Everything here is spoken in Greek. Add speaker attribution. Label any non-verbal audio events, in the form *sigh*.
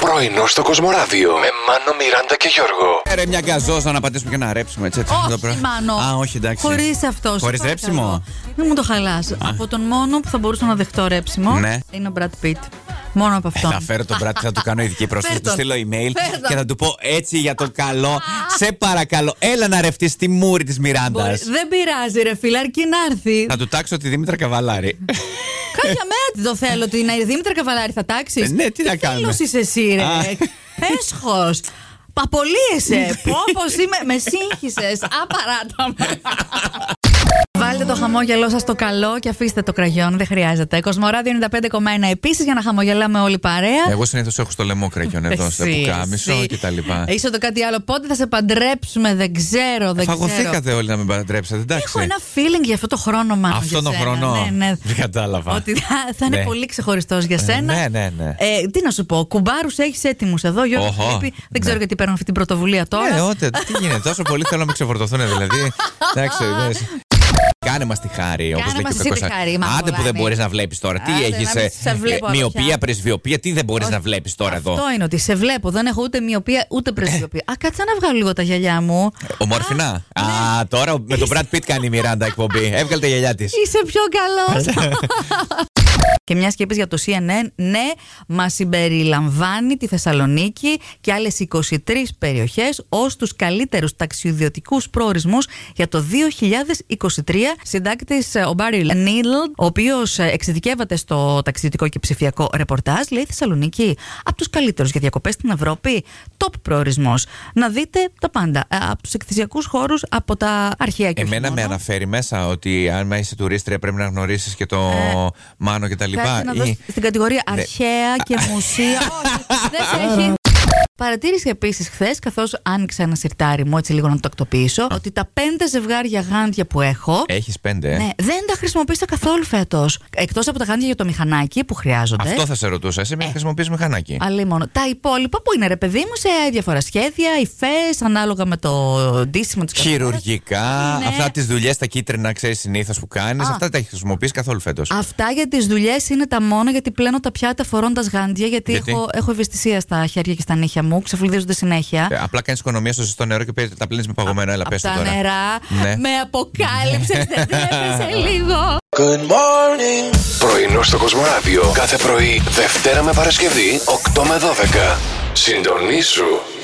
Speaker 1: Πρωινό στο Κοσμοράδιο με Μάνο, Μιράντα και Γιώργο.
Speaker 2: Ε, Ρε, μια γκαζόζα να πατήσουμε και να ρέψουμε. Έτσι, έτσι, αυτό το
Speaker 3: Όχι,
Speaker 2: πράγμα.
Speaker 3: Μάνο.
Speaker 2: Α, όχι, εντάξει.
Speaker 3: Χωρίς αυτό.
Speaker 2: Χωρίς
Speaker 3: σε
Speaker 2: ρέψιμο.
Speaker 3: παρακαλώ. Μην μου το χαλάς. Από τον μόνο που θα μπορούσα να δεχτώ ρέψιμο
Speaker 2: Ναι.
Speaker 3: είναι ο Brad Pitt. Μόνο από
Speaker 2: Ε,
Speaker 3: αυτόν.
Speaker 2: θα φέρω τον Μπράτη, θα του κάνω ειδική πρόσκληση.
Speaker 3: Φέρ
Speaker 2: Του
Speaker 3: τον.
Speaker 2: στείλω email
Speaker 3: Φέρ τον.
Speaker 2: και θα του πω έτσι για το καλό. Σε παρακαλώ, έλα να ρευτείς τη μούρη της Μιράντας.
Speaker 3: Μπορεί- Δεν πειράζει, ρε φίλε, αρκεί να έρθει.
Speaker 2: Θα του τάξω τη Δήμητρα Καβαλάρη.
Speaker 3: Κάποια μέρα
Speaker 2: *laughs*
Speaker 3: τι το θέλω. Την Δήμητρα Καβαλάρη θα τάξεις.
Speaker 2: Ε, ναι, τι να κάνουμε.
Speaker 3: είσαι εσύ, ρε.
Speaker 2: Α. Ναι.
Speaker 3: Έσχος. Παπολύεσαι. Όπω είμαι, με σύγχυσες. Απαράταμα. Βάλτε το χαμόγελό σας στο καλό και αφήστε το κραγιόν. Δεν χρειάζεται. Κοσμοράδιο 95,1 επίσης για να χαμογελάμε όλοι παρέα.
Speaker 2: *laughs* Εγώ συνήθως έχω στο λαιμό κρέκιον εδώ, στο
Speaker 3: Εσύ,
Speaker 2: πουκάμισο
Speaker 3: εσύ. Ε,
Speaker 2: κτλ.
Speaker 3: Είσαι το κάτι άλλο. Πότε θα σε παντρέψουμε, δεν ξέρω. Δεν ξέρω.
Speaker 2: Φαγωθήκατε όλοι να με παρατρέψετε, εντάξει.
Speaker 3: Έχω ένα feeling για αυτό το χρόνο, μάλλον.
Speaker 2: Αυτόν
Speaker 3: για
Speaker 2: τον
Speaker 3: σένα.
Speaker 2: χρόνο.
Speaker 3: Ναι, ναι.
Speaker 2: Δεν κατάλαβα.
Speaker 3: Ότι θα, θα είναι
Speaker 2: Ναι.
Speaker 3: πολύ ξεχωριστός για σένα.
Speaker 2: ναι, ναι, ναι.
Speaker 3: Ε, τι να σου πω, κουμπάρους έχεις έτοιμους εδώ, Γιώργο
Speaker 2: Οχο,
Speaker 3: Φιλίππη. Δεν
Speaker 2: ναι.
Speaker 3: ξέρω γιατί παίρνω αυτή την πρωτοβουλία τώρα.
Speaker 2: Ναι, ότε, τι γίνεται, τόσο πολύ θέλω να με ξεφορτωθούν, δηλαδή. Εντάξει, δες. Κάνε μας τη χάρη, όπως
Speaker 3: Κάνε
Speaker 2: λέει
Speaker 3: μας
Speaker 2: και ο
Speaker 3: εσύ τη
Speaker 2: Κώστας.
Speaker 3: χάρη, Μάνο
Speaker 2: Άντε που δεν
Speaker 3: Βολάνη.
Speaker 2: μπορείς να βλέπεις τώρα. Τι
Speaker 3: Άντε,
Speaker 2: έχει.
Speaker 3: να μην σε βλέπω εδώ
Speaker 2: Μοιοπία,
Speaker 3: πια.
Speaker 2: πρεσβειοπία, τι δεν μπορείς να βλέπεις τώρα εδώ.
Speaker 3: Αυτό είναι ότι σε βλέπω. Δεν έχω ούτε μοιοπία
Speaker 2: Ε.
Speaker 3: ούτε πρεσβειοπία. Α, κάτσε να βγάλω λίγο τα γυαλιά μου.
Speaker 2: Ομορφινά.
Speaker 3: ναι.
Speaker 2: Α, τώρα με τον Brad Pitt κάνει η Μιράντα εκπομπή. Έβγαλε τα γυαλιά της.
Speaker 3: Είσαι πιο καλός.
Speaker 2: *laughs*
Speaker 3: και μιας και είπες για το CNN, ναι, μας συμπεριλαμβάνει τη Θεσσαλονίκη και άλλες 23 περιοχές ως τους καλύτερους ταξιδιωτικούς προορισμούς για το 2023. Συντάκτης ε, ο Μπάρι Νίλ, ο οποίος εξειδικεύεται στο ταξιδιωτικό και ψηφιακό ρεπορτάζ, λέει Θεσσαλονίκη από τους καλύτερους για διακοπές στην Ευρώπη. Top προορισμός. Να δείτε τα πάντα. Ε, Από τους εκθεσιακού χώρους, από τα αρχαία και όχι
Speaker 2: Εμένα με
Speaker 3: μόνο.
Speaker 2: αναφέρει μέσα ότι αν είσαι τουρίστρια πρέπει να γνωρίσεις και το Μάνο και τα λοιπά.
Speaker 3: Κάτι Ε. να
Speaker 2: Ή-
Speaker 3: δώσει στην κατηγορία
Speaker 2: Λοιπόν, Ναι.
Speaker 3: αρχαία και μουσεία.
Speaker 2: *laughs*
Speaker 3: Όχι, δεν σε έχει. Παρατήρησε επίσης χθες, καθώς άνοιξα ένα σιρτάρι μου, έτσι λίγο να το τακτοποιήσω, ότι τα πέντε ζευγάρια γάντια που έχω.
Speaker 2: Έχεις πέντε. ε.
Speaker 3: Ναι, δεν τα χρησιμοποίησα καθόλου φέτος. Εκτός από τα γάντια για το μηχανάκι που χρειάζονται.
Speaker 2: Αυτό θα σε ρωτούσα.
Speaker 3: Ε.
Speaker 2: Εσύ με χρησιμοποιείς μηχανάκι.
Speaker 3: Αλλά μόνο. Τα υπόλοιπα που είναι ρε παιδί μου σε διάφορα σχέδια, υφές, ανάλογα με το ντύσιμο της
Speaker 2: Χειρουργικά,
Speaker 3: Ναι.
Speaker 2: αυτά τις δουλειές, τα κίτρινα, ξέρεις συνήθως που κάνεις,
Speaker 3: Α.
Speaker 2: αυτά δεν τα έχεις χρησιμοποιήσει καθόλου φέτος.
Speaker 3: Αυτά για τις δουλειές είναι τα μόνα γιατί πλένω τα πιάτα φορώντας γάντια. Γιατί,
Speaker 2: Γιατί?
Speaker 3: Έχω, έχω ευαισθησία στα χέρια και στα νύχια μου, ξεφλουδίζονται συνέχεια.
Speaker 2: Ε, Απλά κάνεις οικονομία στο ζεστό νερό και παίρνεις- τα πλύνεις με παγωμένο. Έλα,
Speaker 3: Από
Speaker 2: πες το
Speaker 3: τα
Speaker 2: τώρα.
Speaker 3: νερά
Speaker 2: Ναι.
Speaker 3: με αποκάλυψες,
Speaker 2: *laughs*
Speaker 3: δεν τρέπεσαι λίγο.
Speaker 1: Πρωινό στο Κοσμοράδιο κάθε πρωί, Δευτέρα με Παρασκευή, 8 με 12. Συντονίσου